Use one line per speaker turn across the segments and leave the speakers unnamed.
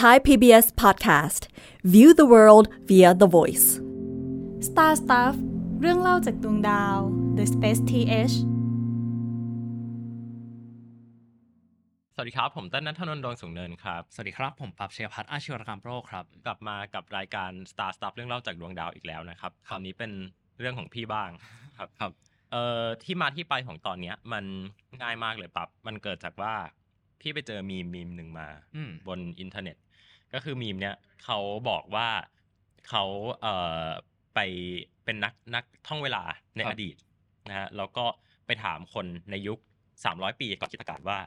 Thai PBS Podcast View the world via the voice
Star Stuff เรื่องเล่าจากดวงดาว The Space TH
สวัสดีครับ ผมเต้นนัทนนท์ดวงสูงเนินครับ
สวัสดีครับ ผมปรับเชียพัฒน์อาชีวรกรรมโรคครับ
กลับมากับรายการ Star Stuff เรื่องเล่าจากดวงดาวอีกแล้วนะครับคราวนี้เป็นเรื่องของพี่บ้างครับ
ครับ
เอ่อที่มาที่ไปของตอนเนี้ยมันง่ายมากเลยปับมันเกิดจากว่าพี่ไปเจอมีมมีมหนึ่งมา
อืม
บนอินเทอร์เน็ต ก็คือมีมเนี้ยเขาบอกว่าเขาเอ่อไปเป็นนักนักท่องเวลาใน
ครั
อบ ดีตนะฮะแล้วก็ไปถามคนในยุค 300 ปีก่อนคริสตกาลว่า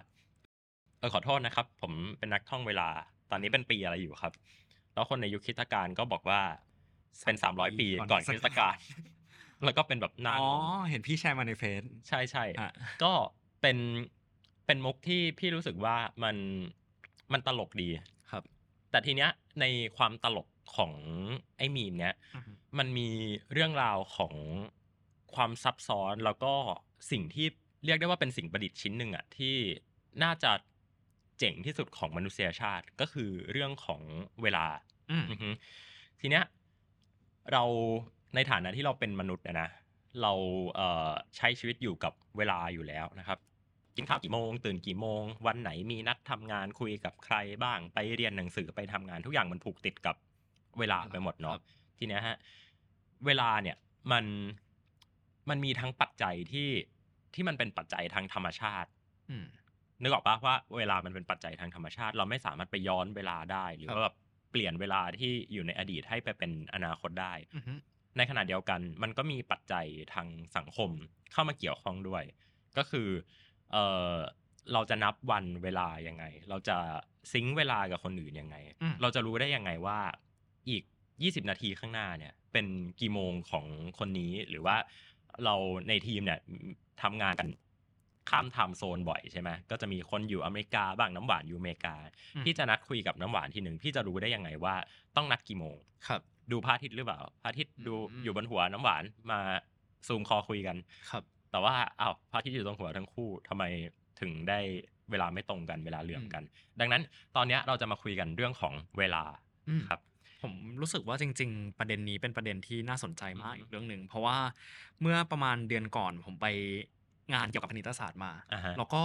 เออขอโทษนะครับ ผมเป็นนักท่องเวลา ตอนนี้เป็นปีอะไรอยู่ครับ แล้วคนในยุคคริสตกาลก็บอกว่าเป็น 300 ปีก่อนคริสตกาลแล้วก็เป็นแบบนาน
อ๋อ เห็นพี่แชร์มาในเฟซ
ใช่ใช่
อ่ะ
ก็เป็นเป็นมุกที่พี่รู้สึกว่ามันมันตลกดี
ครับ
แต่ทีเนี้ยในความตลกของไอ้มีมเนี้ย
อือฮึ
มันมีเรื่องราวของความซับซ้อนแล้วก็สิ่งที่เรียกได้ว่าเป็นสิ่งประดิษฐ์ชิ้นหนึ่งอะที่น่าจะเจ๋งที่สุดของมนุษยชาติก็คือเรื่องของเวลา
อืม
อือฮึทีเนี้ยเราในฐานะที่เราเป็นมนุษย์อะนะเราเอ่อใช้ชีวิตอยู่กับเวลาอยู่แล้วนะครับ กินข้าวกี่โมง ตื่นกี่โมง วันไหนมีนัดทำงานคุยกับใครบ้าง ไปเรียนหนังสือไปทำงาน ทุกอย่างมันผูกติดกับเวลาไปหมด
ค
เนาะ
รับ
ทีเนี้ยฮะเวลาเนี่ยมันมันมีทั้งปัจจัยที่ที่มันเป็นปัจจัยทางธรรมชาติ
อืม
นึกออกปะว่าเวลามันเป็นปัจจัยทางธรรมชาติ เราไม่สามารถไปย้อนเวลาได้ หรือ
ครับ
ว่าแบบเปลี่ยนเวลาที่อยู่ในอดีตให้ไปเป็นอนาคตได้
อือฮึ
ในขณะเดียวกันมันก็มีปัจจัยทางสังคมเข้ามาเกี่ยวข้องด้วย ก็คือเออเราจะนับวันเวลายังไง เราจะซิงค์เวลากับคนอื่นยังไง
อืม
เราจะรู้ได้ยังไงว่าอีก 20 นาทีข้างหน้าเนี่ยเป็นกี่โมงของคนนี้หรือว่าเราในทีมเนี่ยทำงานกันข้ามไทม์โซนบ่อยใช่ไหมก็จะมีคนอยู่อเมริกาบ้างน้ำหวานอยู่อเมริกา พี่จะนัดคุยกับน้ำหวานทีหนึ่งพี่จะรู้ได้ยังไงว่าต้องนัดกี่โมง
ครับ
ดูพระอาทิตย์หรือเปล่าพระอาทิตย์ดู
อืม
อยู่บนหัวน้ำหวานมาซูมคอคุยกัน
ครับ
แต่ว่าอ้าวพระอาทิตย์อยู่ตรงหัวทั้งคู่ทำไมถึงได้เวลาไม่ตรงกันเวลาเหลื่อมกัน ดังนั้นตอนเนี้ยเราจะมาคุยกันเรื่องของเวลา
อืม
ครับ
ผมรู้สึกว่าจริง ๆ ประเด็นนี้เป็นประเด็นที่น่าสนใจมาก
อืม
อีกเรื่องหนึ่งเพราะว่าเมื่อประมาณเดือนก่อนผมไปงานเกี่ยวกับคณิตศาสตร์มา
อ่าฮะ
แล้วก็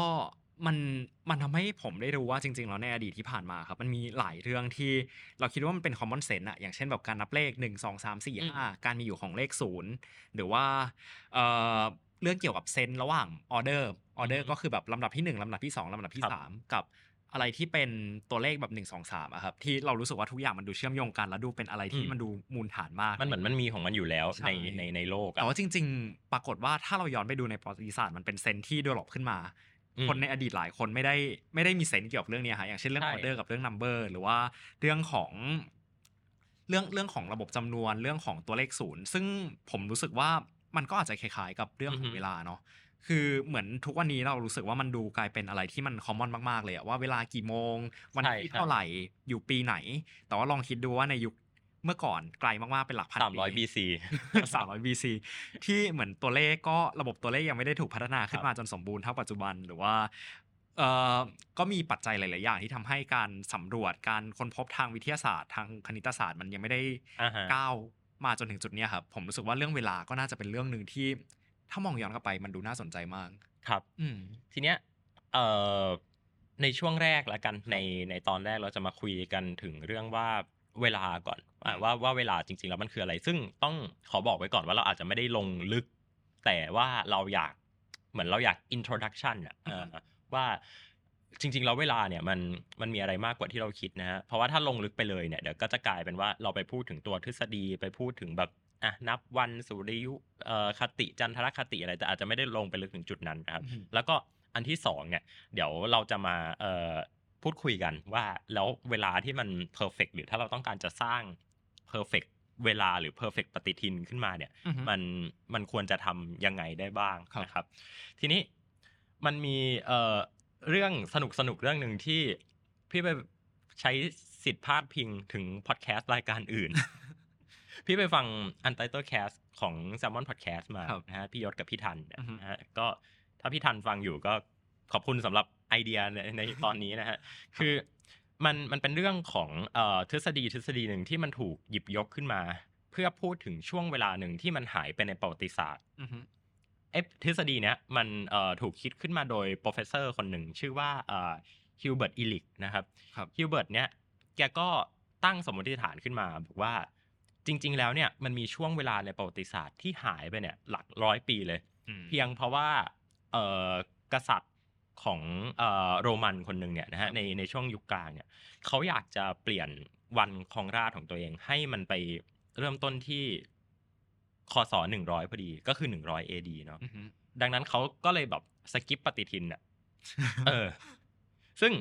มันมันทำให้ผมได้รู้ว่าจริงๆแล้วในอดีตที่ผ่านมาครับ มันมีหลายเรื่องที่เราคิดว่ามันเป็น common sense อะอย่างเช่นแบบการนับเลข 1 2 3 4 5 การมีอยู่ของเลข 0 หรือว่าเอ่อเรื่องเกี่ยวกับเซนส์ระหว่างออเดอร์ออเดอ
อื
ร์
ม
ก็คือแบบลำดับที่ 1ลำดับที่ 2ลำดับที่
ครับ
3 กับอะไรที่เป็นตัวเลขแบบ 1 2 3อะครับที่เรารู้สึกว่าทุกอย่างมันดูเชื่อมโยงกัน แล้วดูเป็นอะไรที่มันดูมูลฐานมาก
มันเหมือนมันมีของมันอยู่แล้ว
ใช่
ในในในโลกอะ
แต่ว่าจริง ๆ ปรากฏว่าถ้าเราย้อนไปดูในประวัติศาสตร์มันเป็นเซนส์ที่ดรอปขึ้นมา
อืม
คนในอดีตหลายคนไม่ได้ไม่ได้มีเซนส์เกี่ยวกับเรื่องเนี้ยฮะอย่างเช่นเรื่อง
ใช่
ออเดอร์กับเรื่องนัมเบอร์หรือว่าเรื่องของเรื่องเรื่องของระบบจำนวนเรื่องของตัวเลขศูนย์ซึ่งผมรู้สึกว่ามันก็อาจจะคล้ายๆ กับเรื่องขอ
อือง ฮึ
เวลาเนาะคือเหมือนทุกวันนี้เรารู้สึกว่ามันดูกลายเป็นอะไรที่มันคอมมอนมากๆเลยอะว่าเวลากี่โมง วันที่เท่าไหร่อยู่ปีไหน แต่ว่าลองคิดดูว่าในยุคเมื่อก่อนไกลมากๆเป็นหลักพัน
สามร้อย
ปี
BC
300 BC ที่เหมือนตัวเลขก็ระบบตัวเลขยังไม่ได้ถูกพัฒนาขึ้นมาจนสมบูรณ์เท่าปัจจุบันหรือว่าเอ่อก็มีปัจจัยหลาย ๆ อย่างที่ทำให้การสำรวจการค้นพบทางวิทยาศาสตร์ทางคณิตศาสตร์มันยังไม่ได้
อ่าฮะ
ก้าวมาจนถึงจุดเนี้ยครับ ผมรู้สึกว่าเรื่องเวลาก็น่าจะเป็นเรื่องหนึ่งที่ ถ้ามองย้อนกลับไปมันดูน่าสนใจมาก
ครับ
อืม
ทีเนี้ยเอ่อในช่วงแรกละกันในในตอนแรกเราจะมาคุยกันถึงเรื่องว่าเวลาก่อนอ่ะว่าว่าเวลาจริง ๆ แล้วมันคืออะไร ซึ่งต้องขอบอกไว้ก่อนว่าเราอาจจะไม่ได้ลงลึก แต่ว่าเราอยากเหมือนเราอยาก introduction อ่ะเออว่าจริง ๆ แล้วเวลาเนี่ยมันมันมีอะไรมากกว่าที่เราคิดนะฮะเพราะว่าถ้าลงลึกไปเลยเนี่ยเดี๋ยวก็จะกลายเป็นว่าเราไปพูดถึงตัวทฤษฎีไปพูดถึงแบบอ่ะนับวันสุริยุเอ่อคติจันทรคติอะไรแต่อาจจะไม่ได้ลงไปลึกถึงจุดนั้นนะครับ แล้วก็อันที่สองเนี่ยเดี๋ยวเราจะมาเอ่อพูดคุยกันว่าแล้วเวลาที่มันเพอร์เฟกหรือถ้าเราต้องการจะสร้างเพอร์เฟกเวลาหรือเพอร์เฟกปฏิทินขึ้นมาเนี่ย มันมันควรจะทำยังไงได้บ้าง
ครับ
นะครับ ทีนี้มันมีเอ่อเรื่องสนุกสนุกๆเรื่องหนึ่งที่พี่ไปใช้สิทธิ์พาดพิงถึงพอดแคสต์รายการ อื่น พี่ไปฟัง u n t i t l e d Cast ของ s ซ l m o n Podcast มา
ครับ
นะฮะพี่ยศกับพี่ทัน
อือฮึ
นะฮะก็ถ้าพี่ทันฟังอยู่ก็ขอบคุณสำหรับไอเดียในในตอนนี้นะฮะ คือ มันมันเป็นเรื่องของเอ่อทฤษฎีทฤษฎีหนึ่งที่มันถูกหยิบยกขึ้นมา เพื่อพูดถึงช่วงเวลาหนึ่งที่มันหายไปในประวัติศาสตร์
อือฮึ
เอะทฤษฎีเนี้ยมันเอ่อถูกคิดขึ้นมาโดยโปรเฟสเซอร์คนหนึ่งชื่อว่าฮิวเบิร์ตอิลิกนะครับ
ครับ
ฮิวเบิร์ตเนี่ยแกก็ตั้งสมมติฐานขึ้นมาบอกว่าจริง ๆ แล้วเนี่ยมันมีช่วงเวลาในประวัติศาสตร์ที่หายไปเนี่ยหลักร้อยปีเลย
อืม
เพียงเพราะว่าเอ่อกษัตริย์ของเอ่อโรมันคนหนึ่งเนี่ยนะฮะในในช่วงยุคกลางเนี่ยเขาอยากจะเปลี่ยนวันครองราชย์ของตัวเอง ให้มันไปเริ่มต้นที่คศหนึ่งร้อยพอดีก็คือหนึ่งร้อยเอดีเนาะ
อือฮึ
ดังนั้นเขาก็เลยแบบสกิปปฏิทิน อ่ะ เออ ซึ่ง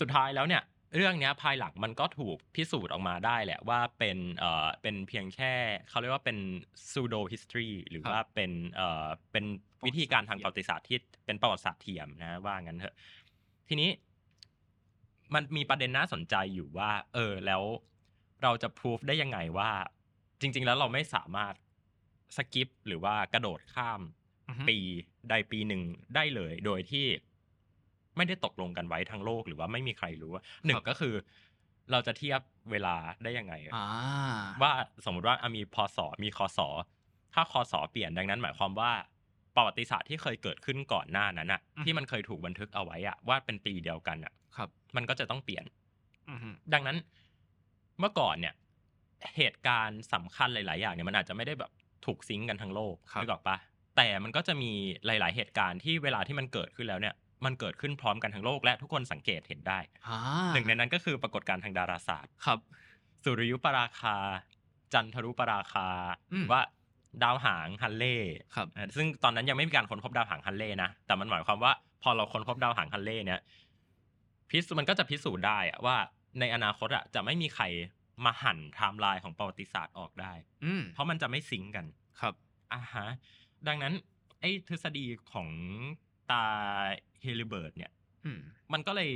สุดท้ายแล้วเนี่ย เรื่องเนี้ยภายหลังมันก็ถูกพิสูจน์ออกมาได้แหละว่าเป็นเอ่อเป็นเพียงแค่เขาเรียกว่าเป็น pseudo history หรือ
ครับ
ว่าเป็นเอ่อเป็นวิธีการทางประวัติศาสตร์ที่เป็นประวัติศาสตร์เทียมนะว่างั้นเถอะ ทีนี้มันมีประเด็นน่าสนใจอยู่ว่า เออ แล้วเราจะพิสูจได้ยังไงว่า จริง ๆ แล้วเราไม่สามารถสกิปหรือว่ากระโดดข้าม
อือฮึ
ปีใดปีหนึ่งได้เลย โดยที่ไม่ได้ตกลงกันไว้ทั้งโลกหรือว่าไม่มีใครรู้ว่าหนึ่งก็คือ เราจะเทียบเวลาได้ยังไงอะ
อ่า
ว่าสมมติว่าอ่ะมีพศมีคศถ้าคศเปลี่ยนดังนั้น หมายความว่าประวัติศาสตร์ที่เคยเกิดขึ้นก่อนหน้านั้นอะที่มันเคยถูกบันทึกเอาไว้อะว่าเป็นปีเดียวกันอะ
ครับ
มันก็จะต้องเปลี่ยน
อือฮึ
ดังนั้นเมื่อก่อนเนี่ย เหตุการณ์สำคัญหลาย ๆ อย่างเนี่ยมันอาจจะไม่ได้แบบถูกซิงก์กันทั้งโลกนึกออกปะแต่มันก็จะมีหลาย ๆ เหตุการณ์ที่เวลาที่มันเกิดขึ้นแล้วเนี่ย มันเกิดขึ้นพร้อมกันทั้งโลกและทุกคนสังเกตเห็นได้
อ่า
หนึ่งในนั้นก็คือปรากฏการณ์ทางดาราศาสตร์
ครับ
สุริยุปราคา จันทรุปราคา
อืม
ว่าดาวหางฮันเล่
ครับ
เอ่อซึ่งตอนนั้นยังไม่มีการค้นพบดาวหางฮันเล่นะ แต่มันหมายความว่าพอเราค้นพบดาวหางฮันเล่เนี่ยพิสมันก็จะพิสูจน์ได้อะว่าในอนาคตอะจะไม่มีใครมาหั่นไทม์ไลน์ของประวัติศาสตร์ออกได้
อืม
เพราะมันจะไม่ซิงก์กัน
ครับ
อ่าฮะดังนั้นไอ้ทฤษฎีของตาเฮลิเบิร์ตเนี่ย
อืม
มันก็เลย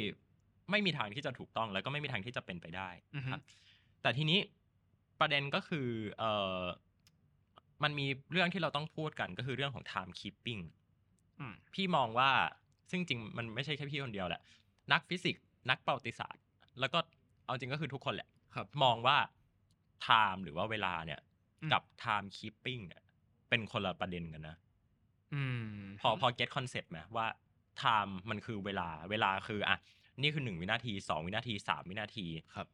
ไม่มีทางที่จะถูกต้อง แล้วก็ไม่มีทางที่จะเป็นไปได้
อือฮึ
ครับแต่ทีนี้ประเด็นก็คือเออมันมีเรื่องที่เราต้องพูดกันก็คือเรื่องของ time keeping
อืม
พี่มองว่าซึ่งจริงมันไม่ใช่แค่พี่คนเดียวแหละ นักฟิสิกส์นักประวัติศาสตร์ แล้วก็เอาจริงก็คือทุกคนแหละ
ครับ
มองว่า time หรือว่าเวลาเนี่ย
อืม
กับ time keeping เนี่ยเป็นคนละประเด็นกันนะ
อืม
พอพอเก็ตคอนเซปต์ไหมว่า time มันคือเวลาเวลาคืออ่ะนี่คือหนึ่งวินาทีสองวินาทีสามวินาที
ครับ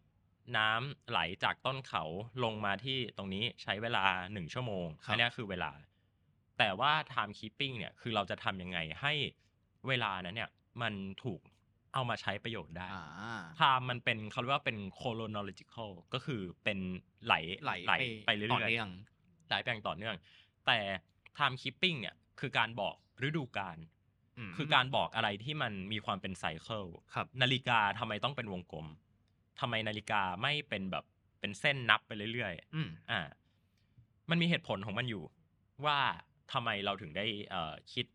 น้ำไหลจากต้นเขาลงมาที่ตรงนี้ใช้เวลาหนึ่งชั่วโมง
ครับ
อันเนี้ยคือเวลา แต่ว่า time keeping เนี่ยคือเราจะทำยังไงให้เวลานั้นเนี่ย มันถูกเอามาใช้ประโยชน์ได้
อ่า
time มันเป็นเขาเรียกว่าเป็น chronological ก็คือเป็นไหล
ไหล
ไหลไปเรื่
ต่อ
อย
เนื่อง
ๆไหลไปอย่างต่อเนื่อง แต่ time keeping เนี่ยคือการบอกฤดูกาล
ม
คือการบอกอะไรที่มันมีความเป็นไซเคิล
ครับ
นาฬิกาทำไมต้องเป็นวงกลมทำไมนาฬิกาไม่เป็นแบบเป็นเส้นนับไปเรื่อย
อืม
ๆ อ่า มันมีเหตุผลของมันอยู่ ว่าทำไมเราถึงได้เอ่อคิด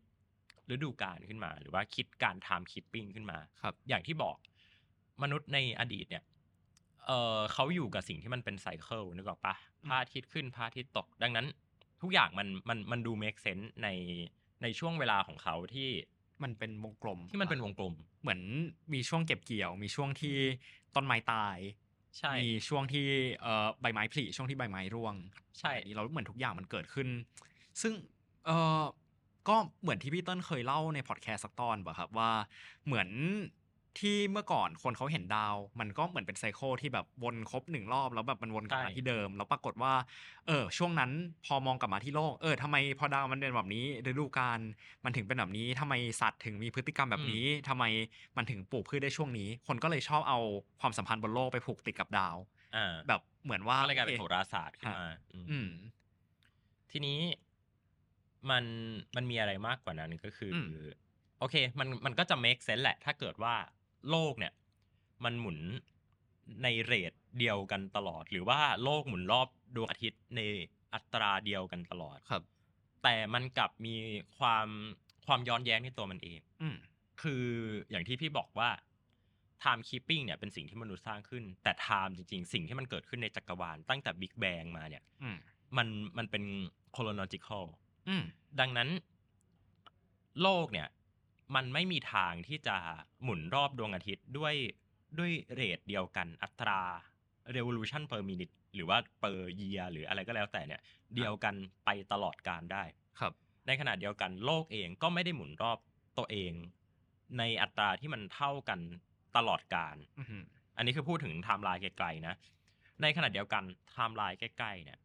ฤดูกาลขึ้นมา หรือว่าคิดการ time keeping ขึ้นมา
ครับ
อย่างที่บอกมนุษย์ในอดีตเนี่ย เออเขาอยู่กับสิ่งที่มันเป็นไซเคิลนึกออกปะพระอาทิตย์ขึ้นพระอาทิตย์ตก ดังนั้น ทุกอย่างมันมันมันดู make sense ในในช่วงเวลาของเขาที่
มันเป็นวงกลม
ที่มันเป็นวงกลม
เหมือนมีช่วงเก็บเกี่ยว มีช่วงที่ต้นไม้ตาย
ใช่
มีช่วงที่เอ่อใบไม้ผลิช่วงที่ใบไม้ร่วง
ใช่
แบบนี้เราเหมือนทุกอย่างมันเกิดขึ้น ซึ่งเออก็เหมือนที่พี่เติ้ลเคยเล่าในพอดแคสต์สักตอนป่ะครับว่า เหมือนที่เมื่อก่อนคนเขาเห็นดาว มันก็เหมือนเป็นไซเคิลที่แบบวนครบหนึ่งรอบแล้วแบบมันวนกลับมา
ใช่
ที่เดิม แล้วปรากฏว่าเออช่วงนั้นพอมองกลับมาที่โลกเออทำไมพอดาวมันเป็นแบบนี้ฤดูกาลมันถึงเป็นแบบนี้ทำไมสัตว์ถึงมีพฤติกรรมแบบนี้ทำไมมันถึงปลูกพืชได้ช่วงนี้ คนก็เลยชอบเอาความสัมพันธ์บนโลกไปผูกติดกับดาว
อ่า
แบบเหมือนว่า
ก็เลยกลายเป็น
โอ
โห
ค
ราศาสตร์ขึ้นมาอืม
อืม
ทีนี้มันมันมีอะไรมากกว่านั้นก็คืออ
ม
โอเค มันมันก็จะ make sense แหละ ถ้าเกิดว่าโลกเนี่ย มันหมุนในเรทเดียวกันตลอด หรือว่าโลกหมุนรอบดวงอาทิตย์ในอัตราเดียวกันตลอด
ครับ
แต่มันกลับมีความความย้อนแย้งในตัวมันเอง
อืม
คืออย่างที่พี่บอกว่า time keeping เนี่ยเป็นสิ่งที่มนุษย์สร้างขึ้น แต่ time จริง ๆ สิ่งที่มันเกิดขึ้นในจักรวาลตั้งแต่ Big Bang มาเนี่ย
อืม
มันมันเป็น chronological
อืม
ดังนั้น โลกเนี่ย มันไม่มีทางที่จะหมุนรอบดวงอาทิตย์ด้วย ด้วยเรทเดียวกันอัตรา revolution per minute หรือว่า per year หรืออะไรก็แล้วแต่เนี่ย เดียวกันไปตลอดการได้
ครับ
ในขณะเดียวกันโลกเองก็ไม่ได้หมุนรอบตัวเอง ในอัตราที่มันเท่ากันตลอดการ
อือหือ
อันนี้คือพูดถึงไทม์ไลน์ไกลๆนะ ในขณะเดียวกันไทม์ไลน์ใกล้ๆเนี่ย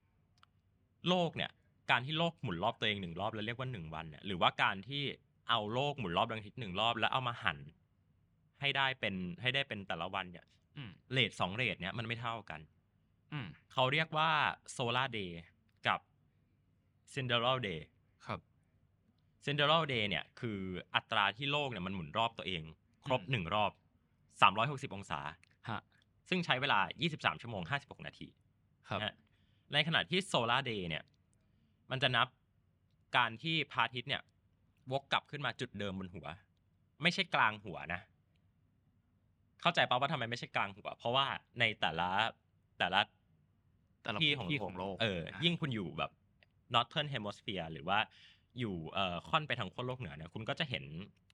โลกเนี่ย การที่โลกหมุนรอบตัวเองหนึ่งรอบแล้วเรียกว่าหนึ่งวันเนี่ย หรือว่าการที่เอาโลกหมุนรอบดวงอาทิตย์หนึ่งรอบแล้วเอามาหัน ให้ได้เป็นให้ได้เป็นแต่ละวันเนี่ย
อืม
เรทสองเรทเนี่ยมันไม่เท่ากัน
อืม
เขาเรียกว่าโซลาร์เดย์กับซินเดอเรลเดย์
ครับ
เซนเดอรัลเดย์เนี่ยคืออัตราที่โลกเนี่ยมันหมุนรอบตัวเอง ครบ
อืม
หนึ่งรอบ 360 องศา
ฮะ
ซึ่งใช้เวลา 23 ชั่วโมง 56 นาที
ครับ
นะฮะในขณะที่โซลาร์เดย์เนี่ยมันจะนับการที่พระอาทิตย์เนี่ยวกกลับขึ้นมาจุดเดิมบนหัว ไม่ใช่กลางหัวนะ เข้าใจป่าว่าทำไมไม่ใช่กลางหัว เพราะว่าในแต่ละแต่ละ
แต่ละ
ที่
ที่
ของ
ของโลก
เออ
ะ
ยิ่งคุณอยู่แบบ northern hemisphere หรือว่าอยู่เอ่อค่อนไปทางขั้วโลกเหนือเนี่ย คุณก็จะเห็น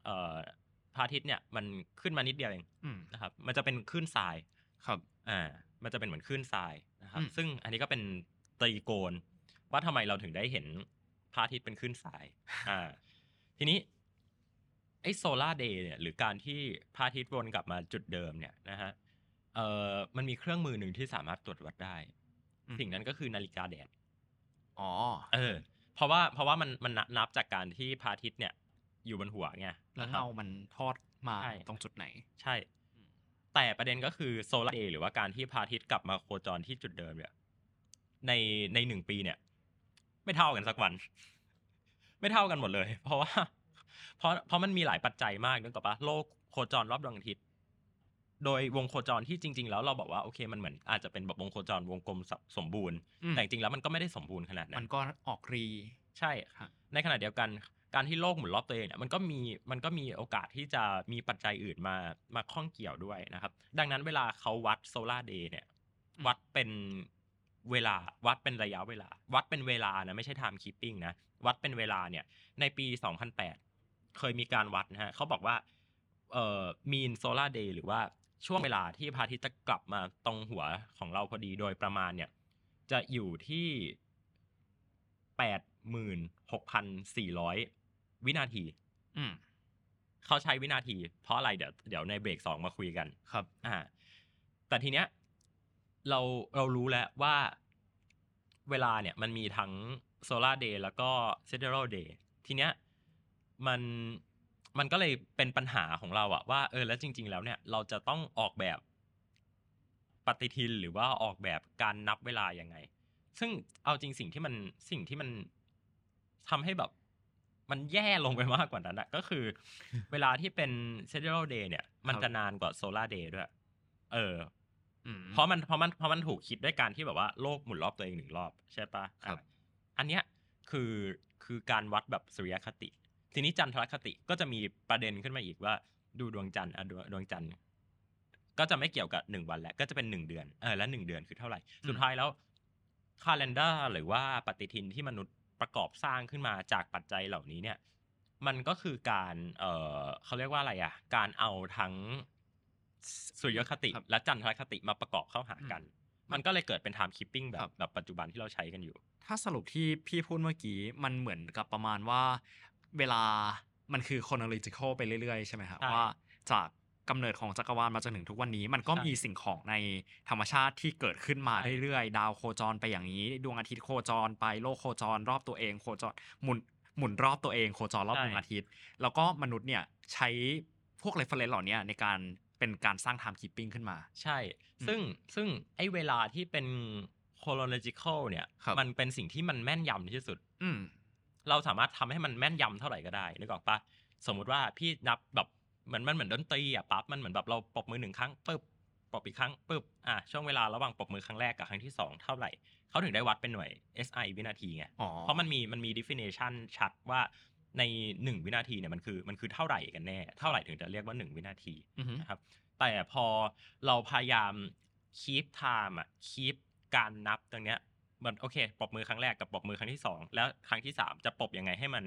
เอ่อพระอาทิตย์เนี่ยมันขึ้นมานิดเดียวเอง
อืม
นะครับ มันจะเป็นคลื่นทราย
ครับ
อ่า มันจะเป็นเหมือนคลื่นทรายนะครับ
อืม
ซึ่งอันนี้ก็เป็นตรีโกณว่าทำไมเราถึงได้เห็นพระอาทิตย์เป็นคลื่นทราย อ่า ทีนี้ไอ้โซลาร์เดย์เนี่ย หรือการที่พระอาทิตย์วนกลับมาจุดเดิมเนี่ยนะฮะ เอ่อ มันมีเครื่องมือหนึ่งที่สามารถตรวจวัดได้
อืม
สิ่งนั้นก็คือนาฬิกาแดด
อ๋อ
เออ เพราะว่าเพราะว่ามันมันนับจากการที่พระอาทิตย์เนี่ย อยู่บนหัวไง
แล้ว
นะครั
เงา
บ
มันทอดมา
ใช่
ตรงจุดไหน
ใช่ แต่ประเด็นก็คือโซลาร์เดย์หรือว่าการที่พระอาทิตย์กลับมาโคจรที่จุดเดิมเนี่ยในในหนึ่งปีเนี่ย ไม่เท่ากันสักวัน ไม่เท่ากันหมดเลย เพราะว่า เพราะเพราะมันมีหลายปัจจัยมากนึกออกปะโลกโคจรรอบดวงอาทิตย์ โดยวงโคจรที่จริง ๆ แล้วเราบอกว่าโอเคมันเหมือนอาจจะเป็นแบบวงโคจรวงกลมสสมบูรณ์
อืม
แต่จริงๆแล้วมันก็ไม่ได้สมบูรณ์ขนาดนั้
มัน นก็ออกรี
ใช่
ครับ
ในขณะเดียวกันการที่โลกหมุนรอบตัวเองเนี่ยมันก็มีมันก็มีโอกาสที่จะมีปัจจัยอื่นมามาข้องเกี่ยวด้วยนะครับ ดังนั้นเวลาเขาวัดโซลาร์เดย์เนี่ย วัดเป็นเวลาวัดเป็นระยะเวลา วัดเป็นเวลานะไม่ใช่ time keeping นะ วัดเป็นเวลาเนี่ย ในปี 2008 เคยมีการวัดนะฮะเขาบอกว่าเอ่อ mean solar day หรือว่าช่วงเวลาที่พระอาทิตย์จะกลับมาตรงหัวของเราพอดีโดยประมาณเนี่ย จะอยู่ที่ 86,400 วินาที
อืม
เขาใช้วินาที เพราะอะไรเดี๋ยวเดี๋ยวในเบรกสองมาคุยกัน
ครับ
อ่าแต่ทีเนี้ยเราเรารู้แล้วว่าเวลาเนี่ยมันมีทั้งโซลาร์เดย์แล้วก็เซเดอรัลเดย์ทีเนี้ยมันมันก็เลยเป็นปัญหาของเราอะว่าเออแล้วจริง ๆ แล้วเนี่ยเราจะต้องออกแบบปฏิทินหรือว่าออกแบบการนับเวลายังไง ซึ่งเอาจริงสิ่งที่มันสิ่งที่มันทำให้แบบ มันแย่ลงไปมากกว่านั้นอะก็คือ เวลาที่เป็นเซเดอรัลเดย์เนี่ย มัน
ครับ
จะนานกว่าโซลาร์เดย์ด้วย เออ
อืม
เพราะมันเพราะมันเพราะมันถูกคิดด้วยการที่แบบว่าโลกหมุนรอบตัวเองหนึ่งรอบใช่ปะ
ครับ
อ่ะอันเนี้ยคือคือการวัดแบบสุริยคติ ทีนี้จันทรคติก็จะมีประเด็นขึ้นมาอีกว่า ดูดวงจันทร์อ่ะดวงดวงจันทร์ก็จะไม่เกี่ยวกับหนึ่งวันแล้วก็จะเป็นหนึ่งเดือนเออแล้วหนึ่งเดือนคือเท่าไหร่ สุดท้ายแล้วคาล endar หรือว่าปฏิทินที่มนุษย์ประกอบสร้างขึ้นมาจากปัจจัยเหล่านี้เนี่ย มันก็คือการเออเขาเรียกว่าอะไรอ่ะ การเอาทั้งสุริยคติ
ครับ
และจันทรคติมาประกอบเข้าหากัน มันก็เลยเกิดเป็น time keeping แบ
ครับ บ
แบบปัจจุบันที่เราใช้กันอยู่
ถ้าสรุปที่พี่พูดเมื่อกี้ มันเหมือนกับประมาณว่า เวลามันคือ chronological ไปเรื่อยๆ ใช่ไหมครับ
ใช่
ว่าจากกำเนิดของจักรวาลมาจนถึงทุกวันนี้ มันก็
ใช่
มีสิ่งของในธรรมชาติที่เกิดขึ้นมา
ใช่
เรื่อยๆ ดาวโคจรไปอย่างนี้ ดวงอาทิตย์โคจรไปโลกโคจร รอบตัวเองโคจรหมุนหมุนรอบตัวเองโคจรรอบดวงอาทิตย์ แล้วก็มนุษย์เนี่ยใช้พวก reference เหล่าเนี้ยในการเป็นการสร้าง time keeping ขึ้นมา
ใช่ ซึ่งซึ่งไอ้เวลาที่เป็น chronological เนี่ย
ครับ
มันเป็นสิ่งที่มันแม่นยำที่สุด
อืม
เราสามารถทำให้มันแม่นยำเท่าไหร่ก็ได้นึกออกปะสมมุติว่าพี่นับแบบเหมือนมันเหมือนดนตรีอ่ะปั๊บมันเหมือนแบบเราปรบมือหนึ่งครั้งปึ๊บปรบอีกครั้งปึ๊บอ่ะช่วงเวลาระหว่างปรบมือครั้งแรกกับครั้งที่สองเท่าไหร่เขาถึงได้วัดเป็นหน่วย SI วินาทีไง
อ๋อ
เพราะมันมีมันมี definition ชัดว่าใน 1 วินาทีเนี่ยมันคือมันคือเท่าไหร่กันแน่ เท่าไหร่ถึงจะเรียกว่า 1 วินาที
อือฮึ
นะครับแต่พอเราพยายาม keep time อ่ะ keep การนับตรงเนี้ยมันโอเคปรบมือครั้งแรกกับปรบมือครั้งที่ 2 แล้วครั้งที่ 3 จะปรบยังไงให้มัน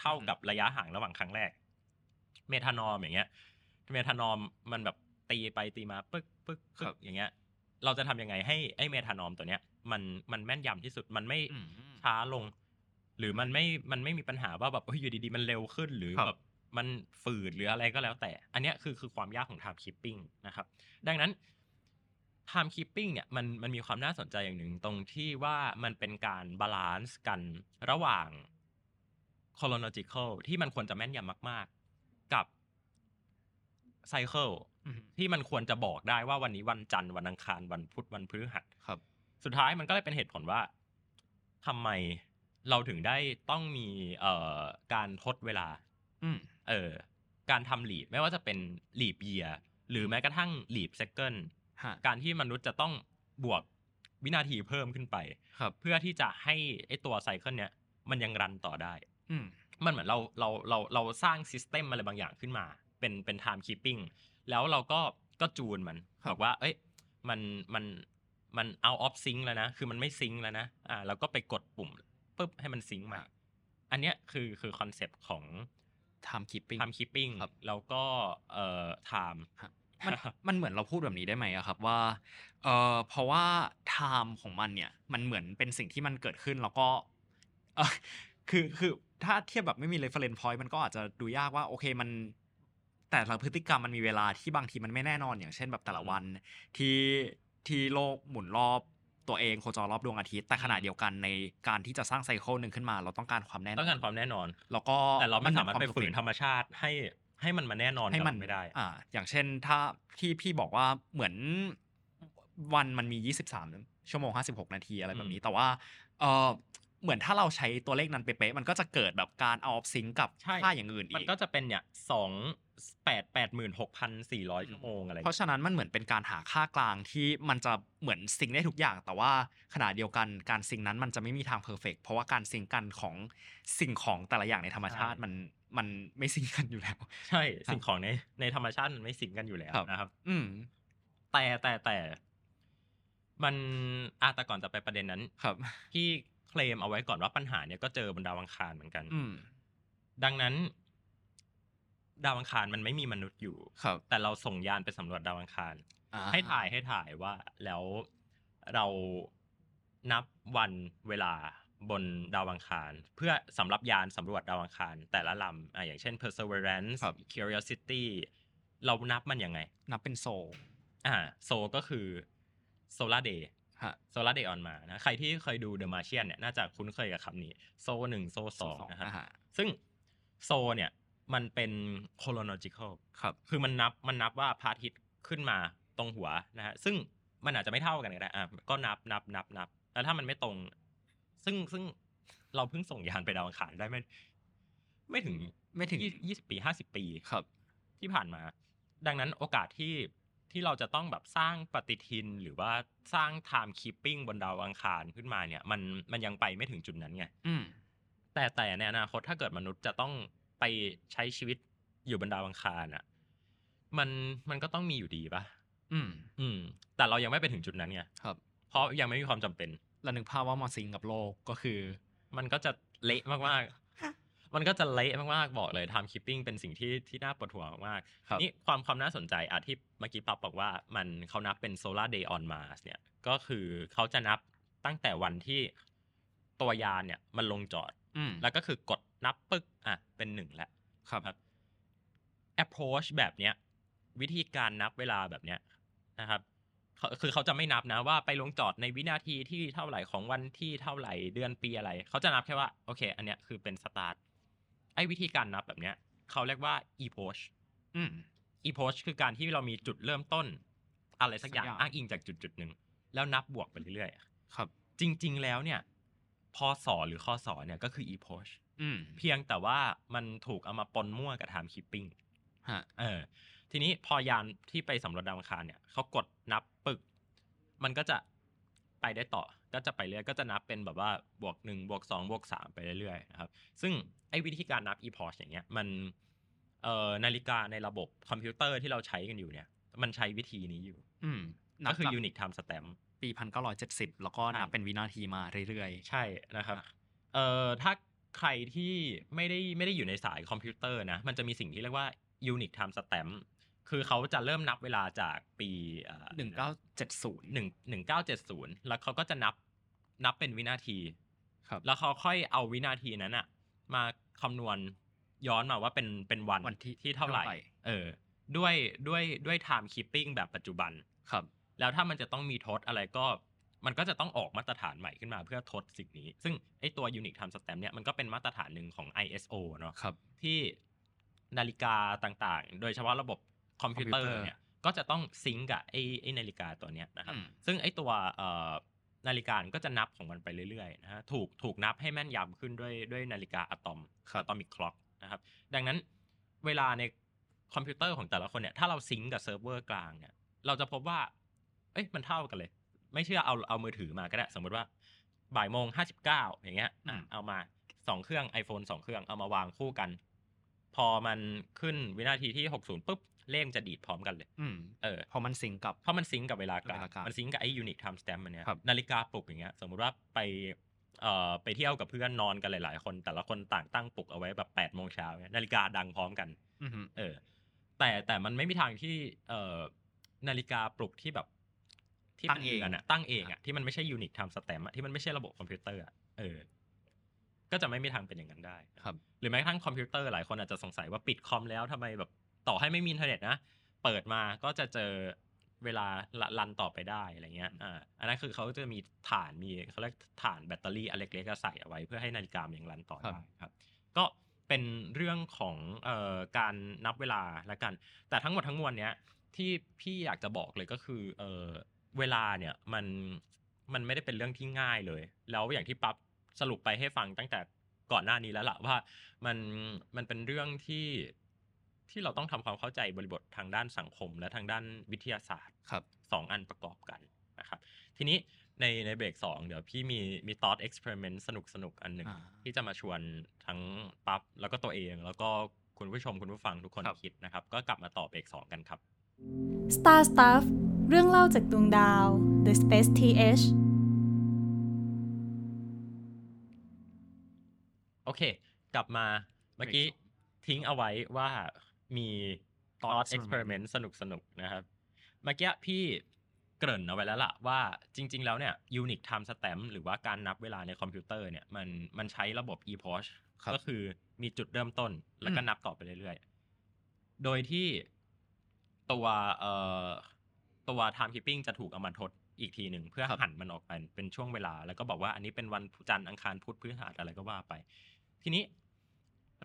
เท่ากับระยะห่างระหว่างครั้งแรก เมทานอมอย่างเงี้ยเมทานอมมันแบบ ตีไปตีมาปึ๊กปึ๊ก
ครั
ปึ๊
บ
กอย่างเงี้ย เราจะทำยังไงให้ไอ้เมทานอมตัวเนี้ย มันมันแม่นยำที่สุดมันไม่
อืม
ช้าลง หรือมันไม่ มันไม่มีปัญหาว่าแบบเฮ้ยอยู่ดีๆ มันเร็วขึ้นหรือ
ครับ
แบบมันฝืดหรืออะไรก็แล้วแต่ อันเนี้ยคือคือความยากของ time keeping นะครับ ดังนั้น time keeping เนี่ยมันมันมีความน่าสนใจอย่างหนึ่งตรงที่ว่ามันเป็นการบาลานซ์กันระหว่าง chronological ที่มันควรจะแม่นยำมาก ๆ กับ cycle
อืม
ที่มันควรจะบอกได้ว่าวันนี้วันจันทร์วันอังคารวันพุธวันพฤหัส
ครับ
สุดท้ายมันก็เลยเป็นเหตุผลว่าทำไมเราถึงได้ต้องมีเอ่อการทดเวลา
อืม
เอ่อการทำหลีดไม่ว่าจะเป็นหลีบเยียหรือแม้กระทั่งหลีบเซ c เกิล
ฮะ
การที่มนุษย์จะต้องบวกวินาทีเพิ่มขึ้นไป
ครับ
เพื่อที่จะให้ไอตัวไซเคิลเนี้ยมันยังรันต่อได้
อืม
มันเหมือนเราเราเราเราสร้างซิสเต็มอะไรบางอย่างขึ้นมา เป็นเป็น time keeping แล้วเราก็ก็จูนมัน
ครับ
บอกว่า เอ้ยมันมันมันเอาออฟซิงแล้วนะ คือมันไม่ซิงแล้วนะอ่าเราก็ไปกดปุ่มปุ๊บให้มันซิงมา
ครับ
อันเนี้ยคือคือคอนเซปต์ของ
time keeping
time keeping
ครับ
แล้วก็เอ่อ time
มันมันเหมือนเราพูดแบบนี้ได้ไหมอะครับว่าเออเพราะว่า time ของมันเนี่ย มันเหมือนเป็นสิ่งที่มันเกิดขึ้นแล้วก็เอ่ อคือคือถ้าเทียบแบบไม่มี reference point มันก็อาจจะดูยากว่าโอเคมัน แต่ละพฤติกรรมมันมีเวลาที่บางทีมันไม่แน่นอนอย่างเช่นแบบแต่ละวัน ที่ที่โลกหมุนรอบตัวเองโคจรรอบดวงอาทิตย์แต่ขณะเดียวกันในการที่จะสร้างไซเคิลหนึ่งขึ้นมา เราต้องการความแน่นอน
ต้องการความแน่นอน
แล้วก็
แต่เราไม่
นห
สามารถไป
คว
ฝืน
จำเป็
ธรรมชาติให้ให้มันมาแน่นอน
ให้
กับ
มัน
ไม่ได้
อ่า อย่างเช่นถ้าที่พี่บอกว่าเหมือนวันมันมี 23 ชั่วโมง 56 นาทีอะไรแบบนี้ แต่ว่าเออเหมือนถ้าเราใช้ตัวเลขนั้นเป๊ะๆมันก็จะเกิดแบบการเอาออฟซิงกับ
ใช่
ค่าอย่างอื่นอี
มัน
ก
ก็จะเป็นเนี่ยสองแปดแปดหมื่นหกพันสี่ร้อยชั่วโมงอะไรอย่งงี้ย
เพราะฉะนั้นมันเหมือนเป็นการหาค่ากลางที่มันจะเหมือนซิงค์ได้ทุกอย่าง แต่ว่าขณะเดียวกันการซิงค์นั้นมันจะไม่มีทางเพอร์เฟกเพราะว่าการซิงค์กันของสิ่งของแต่ละอย่างในธรรมชาติ
ใช่
มันมันไม่ซิงค์กันอยู่แล้ว
ใช่สิ่งของในในธรรมชาติมันไม่สิงกันอยู่แล้ว
ครับ
นะครับ
อืม
แต่แต่แต่ มันอาแต่ก่อนจะไปประเด็นนั้น
ครับ
พี่เคลมเอาไว้ก่อนว่าปัญหาเนี่ยก็เจอบนดาวอังคารเหมือนกัน
อืม
ดังนั้น ดาวอังคารมันไม่มีมนุษย์อยู่
ครับ
แต่เราส่งยานไปสำรวจดาวอังคาร
อ่
ให้ถ่ายให้ถ่ายว่า แล้วเรานับวันเวลาบนดาวอังคาร เพื่อสำหรับยานสำรวจดาวอังคาร แต่ละลำอ่ะอย่างเช่น perseverance curiosity เรานับมันยังไง
นับเป็นโซล
อ่าโซก็คือ Solar Day
ฮะ
Solar Day on Mars นะใครที่เคยดู The Martian เนี่ยน่าจะคุ้นเคยกับคำนี้โซหนึ่งโซสองนะครับ
าฮะ
ซึ่งโซเนี่ยมันเป็น chronological
ครับ
คือมันนับมันนับว่าพระอาทิตย์ขึ้นมาตรงหัวนะฮะซึ่งมันอาจจะไม่เท่ากันก็ได้อ่ะก็นับนับนับนับแล้วถ้ามันไม่ตรง ซึ่งซึ่งเราเพิ่งส่งยานไปดาวอังคารได้ไม่ไม่ถึง
ไม่ถึง
ยี่สิบปีห้าสิบปี
ครับ
ที่ผ่านมา ดังนั้นโอกาสที่ที่เราจะต้องแบบสร้างปฏิทินหรือว่าสร้าง time keeping บนดาวอังคารขึ้นมาเนี่ย มันมันยังไปไม่ถึงจุดนั้นไง
อืม
แต่แต่ในอนาคตถ้าเกิดมนุษย์จะต้องไปใช้ชีวิตอยู่บนดาวอังคารอ่ะมันมันก็ต้องมีอยู่ดีปะ
อืม
อืม แต่เรายังไม่ไปถึงจุดนั้นไง
ครับ
เพราะยังไม่มีความจำเป็น
แล้วนึกภาพว่ามาซิงกับโลกก็คือ
มันก็จะเละมากๆ มันก็จะเละมากๆ บอกเลย time keeping เป็นสิ่งที่ที่น่าปวดหัวมากๆ
ครับ
นี่ความความน่าสนใจอะที่เมื่อกี้ปั๊บบอกว่ามันเขานับเป็น solar day on Mars เนี่ย ก็คือเขาจะนับตั้งแต่วันที่ตัวยานเนี่ยมันลงจอด
อืม
แล้วก็คือกดนับปึ๊กอ่ะเป็นหนึ่งแล้ว
ครับ
ครับ approach แบบเนี้ย วิธีการนับเวลาแบบเนี้ยนะครับเขาคือเขาจะไม่นับนะว่าไปลงจอดในวินาทีที่เท่าไหร่ของวันที่เท่าไหร่เดือนปีอะไร เขาจะนับแค่ว่า โอเค อันเนี้ยคือเป็นสตาร์ทไอ้วิธีการนับแบบเนี้ยเขาเรียกว่า epoch
อืม
epoch คือการที่เรามีจุดเริ่มต้น อะไรสักอย่าง
สักอย่าง
อ้างอิงจากจุดจุดๆหนึ่งแล้วนับบวกไปเรื่อย
ครับ
ๆ จริง ๆ แล้วเนี่ยพอสอหรือข้อสอเนี่ยก็คือ epoch
อืม
เพียงแต่ว่ามันถูกเอามาปนมั่วกับ time keeping
ฮะ
เออทีนี้พอยานที่ไปสำรวจดาวอังคารเนี่ยเขากดนับปึก มันก็จะไปได้ต่อ ก็จะไปเรื่อยก็จะนับเป็นแบบว่าบวกหนึ่งบวกสองบวกสามไปเรื่อยๆนะครับซึ่งไอ้วิธีการนับ e p o s อย่างเงี้ยมันเอ่อนาฬิกาในระบบคอมพิวเตอร์ที่เราใช้กันอยู่เนี่ย มันใช้วิธีนี้อยู่
อืมนับ
ก็คือ
จาก
unique time stamp
ปีพันเก้าร้อยเจ็ดสิบแล้วก็นับ
ใช่
เป็นวินาทีมาเรื่อย
ใช่นะครับเอ่อถ้าใครที่ไม่ได้ไม่ได้อยู่ในสายคอมพิวเตอร์นะ มันจะมีสิ่งที่เรียกว่า unique time stamp คือเขาจะเริ่มนับเวลาจากปีอ่อ
หนึ่งเก้าเจ็ดศูนย์
หนึ่งหนึ่งเก้าเจ็ดศูนย์แล้วเขาก็จะนับนับเป็นวินาที
ครับ
แล้วเขาค่อยเอาวินาทีนั้นอะมาคำนวณย้อนมาว่าเป็นเป็นวัน
วันที่
ที่เท่าไหร่ เออ ด้วยด้วยด้วย time keeping แบบปัจจุบัน
ครับ
แล้วถ้ามันจะต้องมีทดอะไรก็ มันก็จะต้องออกมาตรฐานใหม่ขึ้นมาเพื่อทดสิ่งนี้ ซึ่งไอตัว unique time stamp เนี่ยมันก็เป็นมาตรฐานหนึ่งของ ISO เนาะ
ครับ
ที่นาฬิกาต่างๆ โดยเฉพาะระบบคอมพิวเตอ
คอม
ร์
พิวเตอร์
เนี่ย ก็จะต้องซิงก์กับไอ้ไอ้นาฬิกาตัวเนี้ยนะครับ
อืม
ซึ่งไอ้ตัวเอ่อนาฬิกามันก็จะนับของมันไปเรื่อยๆนะฮะ ถูกถูกนับให้แม่นยำขึ้นด้วยด้วยนาฬิกาอะตอมอะตอมิกคล็อกนะครับ ดังนั้นเวลาในคอมพิวเตอร์ของแต่ละคนเนี่ย ถ้าเราซิงก์กับเซิร์ฟเวอร์กลางเนี่ย เราจะพบว่า เอ้ย มันเท่ากันเลย ไม่เชื่อเอาเอามือถือมาก็ได้ สมมติว่าบ่ายโมงห้าสิบเก้าอย่างเงี้ย
อื
อ่ะ
ม
เอามาสองเครื่อง iPhone สองเครื่องเอามาวางคู่กัน พอมันขึ้นวินาทีที่หกศูนย์ปุ๊บ เลขมันจะดีดพร้อมกันเลย
อืม
เออ
พอมันซิงก์กับ
เพราะมันซิงก์กับเวลากลาง
เวลากลาง
มันซิงก์กับไอ้ยูนิคไทม์สแตมป์มันเนี้ย
ครับ
นาฬิกาปลุกอย่างเงี้ย สมมุติว่าไปเอ่อไปเที่ยวกับเพื่อนนอนกันหลาย ๆ คน แต่ละคนต่างตั้งปลุกเอาไว้แบบ8ปดโมงเช้าเนี่ยนาฬิกาดังพร้อมกัน
อืมฮึ
เออแต่แต่มันไม่มีทางที่เอ่อนาฬิกาปลุกที่แบบที่
ตั้
มัน
งเอง
ดืนอะตั้งเองอะที่มันไม่ใช่ยูนิคไทม์สแตมอะที่มันไม่ใช่ระบบคอมพิวเตอร์อะเออ ก็จะไม่มีทางเป็นอย่างนั้นได้
ครับ
หรือแม้กระทั่งคอมพิวเตอร์หลายคนอาจจะสงสัยว่าปิดคอมแล้วทำไมแบบต่อให้ไม่มีอินเทอร์เน็ตนะ เปิดมาก็จะเจอเวลาละลันต่อไปได้อะไรเงี้ยอ่าอันนั้นคือเขาจะมีฐานมีเขาเรียกฐานแบตเตอรี่อันเล็กๆก็ใส่เอาไว้เพื่อให้นาฬิกามันยังรันต่อได้ครับ ก็เป็นเรื่องของเออการนับเวลาละกัน แต่ทั้งหมดทั้งมวลเนี้ยที่พี่อยากจะบอกเลยก็คือเออเวลาเนี่ยมันมันไม่ได้เป็นเรื่องที่ง่ายเลย แล้วอย่างที่ปั๊บสรุปไปให้ฟังตั้งแต่ก่อนหน้านี้แล้วล่ะว่ามันมันเป็นเรื่องที่ที่เราต้องทำความเข้าใจบริบททางด้านสังคม และทางด้านวิทยาศาสตร์
ครับ
สองอันประกอบกันนะครับ ทีนี้ในในเบรกสองเดี๋ยวพี่มีมี thought experiment สนุกสนุกๆอันหนึ่ง
อ่า
ที่จะมาชวนทั้งปั๊บแล้วก็ตัวเอง แล้วก็คุณผู้ชมคุณผู้ฟังทุกคน
ครับ
คิดนะครับ ก็กลับมาต่อเบรกสองกันครับ
Star Stuff เรื่องเล่าจากดวงดาว The Space TH
โอเค กลับมาเมื่อกี้
เบรกสอ
ทิ้งเอาไว้ว่ามี
Thought
thought
experiment
experiment สนุกสนุกๆนะครับ เมื่อกี้พี่เกริ่นเอาไว้แล้วล่ะว่าจริง ๆ แล้วเนี่ย unique time stamp หรือว่าการนับเวลาในคอมพิวเตอร์เนี่ยมันมันใช้ระบบ epoch
ครับ
ก็คือมีจุดเริ่มต้นแล้วก็
อืม
นับต่อไปเรื่อยๆ โดยที่ตัวเอ่อตัว time keeping จะถูกเอามาทดอีกทีหนึ่งเพื่อ
ครับ
หั่นมันออกเป็นเป็นช่วงเวลา แล้วก็บอกว่าอันนี้เป็นวันจันทร์อังคารพุธพฤหัสอะไรก็ว่าไป ทีนี้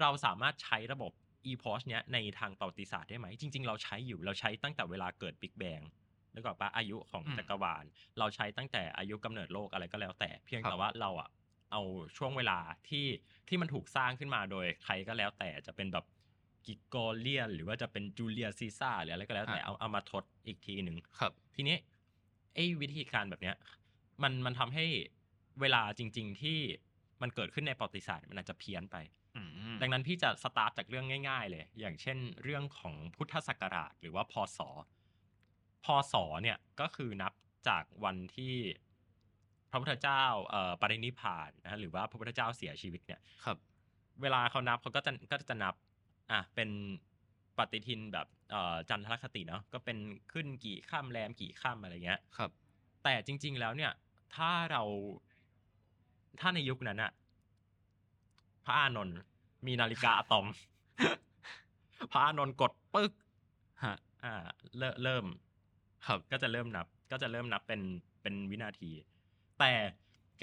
เราสามารถใช้ระบบ e-post เนี้ยในทางประวัติศาสตร์ได้ไหม จริง ๆ เราใช้อยู่เราใช้ตั้งแต่เวลาเกิด Big Bang นึกออกปะอายุของ
อืม
จักรวาล เราใช้ตั้งแต่อายุกำเนิดโลกอะไรก็แล้วแต่ เพียง
ครับ
แต่ว่าเราอะเอาช่วงเวลาที่ที่มันถูกสร้างขึ้นมาโดยใครก็แล้วแต่จะเป็นแบบกิโกเลียน หรือว่าจะเป็นจูเลียซีซ่าหรืออะไรก็แล้วแต่เอาเอามาทดอีกทีหนึ่ง
ครับ
ทีนี้ไอ้วิธีการแบบเนี้ยมันมันทำให้เวลาจริง ๆ ที่มันเกิดขึ้นในประวัติศาสตร์มันอาจจะเพี้ยนไป
อืม
ดังนั้นพี่จะสตาร์ทจากเรื่องง่ายๆ เลย อย่างเช่นเรื่องของพุทธศักราชหรือว่าพศ พศเนี่ยก็คือนับจากวันที่พระพุทธเจ้าเอ่อปรินิพพานนะฮะหรือว่าพระพุทธเจ้าเสียชีวิตเนี่ย
ครับ
เวลาเขานับเขาก็จะก็จะนับอ่ะเป็นปฏิทินแบบเอ่อจันทรคติเนาะก็เป็นขึ้นกี่ข้ามแรมกี่ข้ามอะไรเงี้ย
ครับ
แต่จริง ๆ แล้วเนี่ย ถ้าเราถ้าในยุคนั้นอะพระอานนท์มีนาฬิกาอะตอม พระอานนท์กดปึ๊ก
ฮะ
อ่าเริ่มเริ่ม
ครับ
ก็จะเริ่มนับ ก็จะเริ่มนับเป็นเป็นวินาที แต่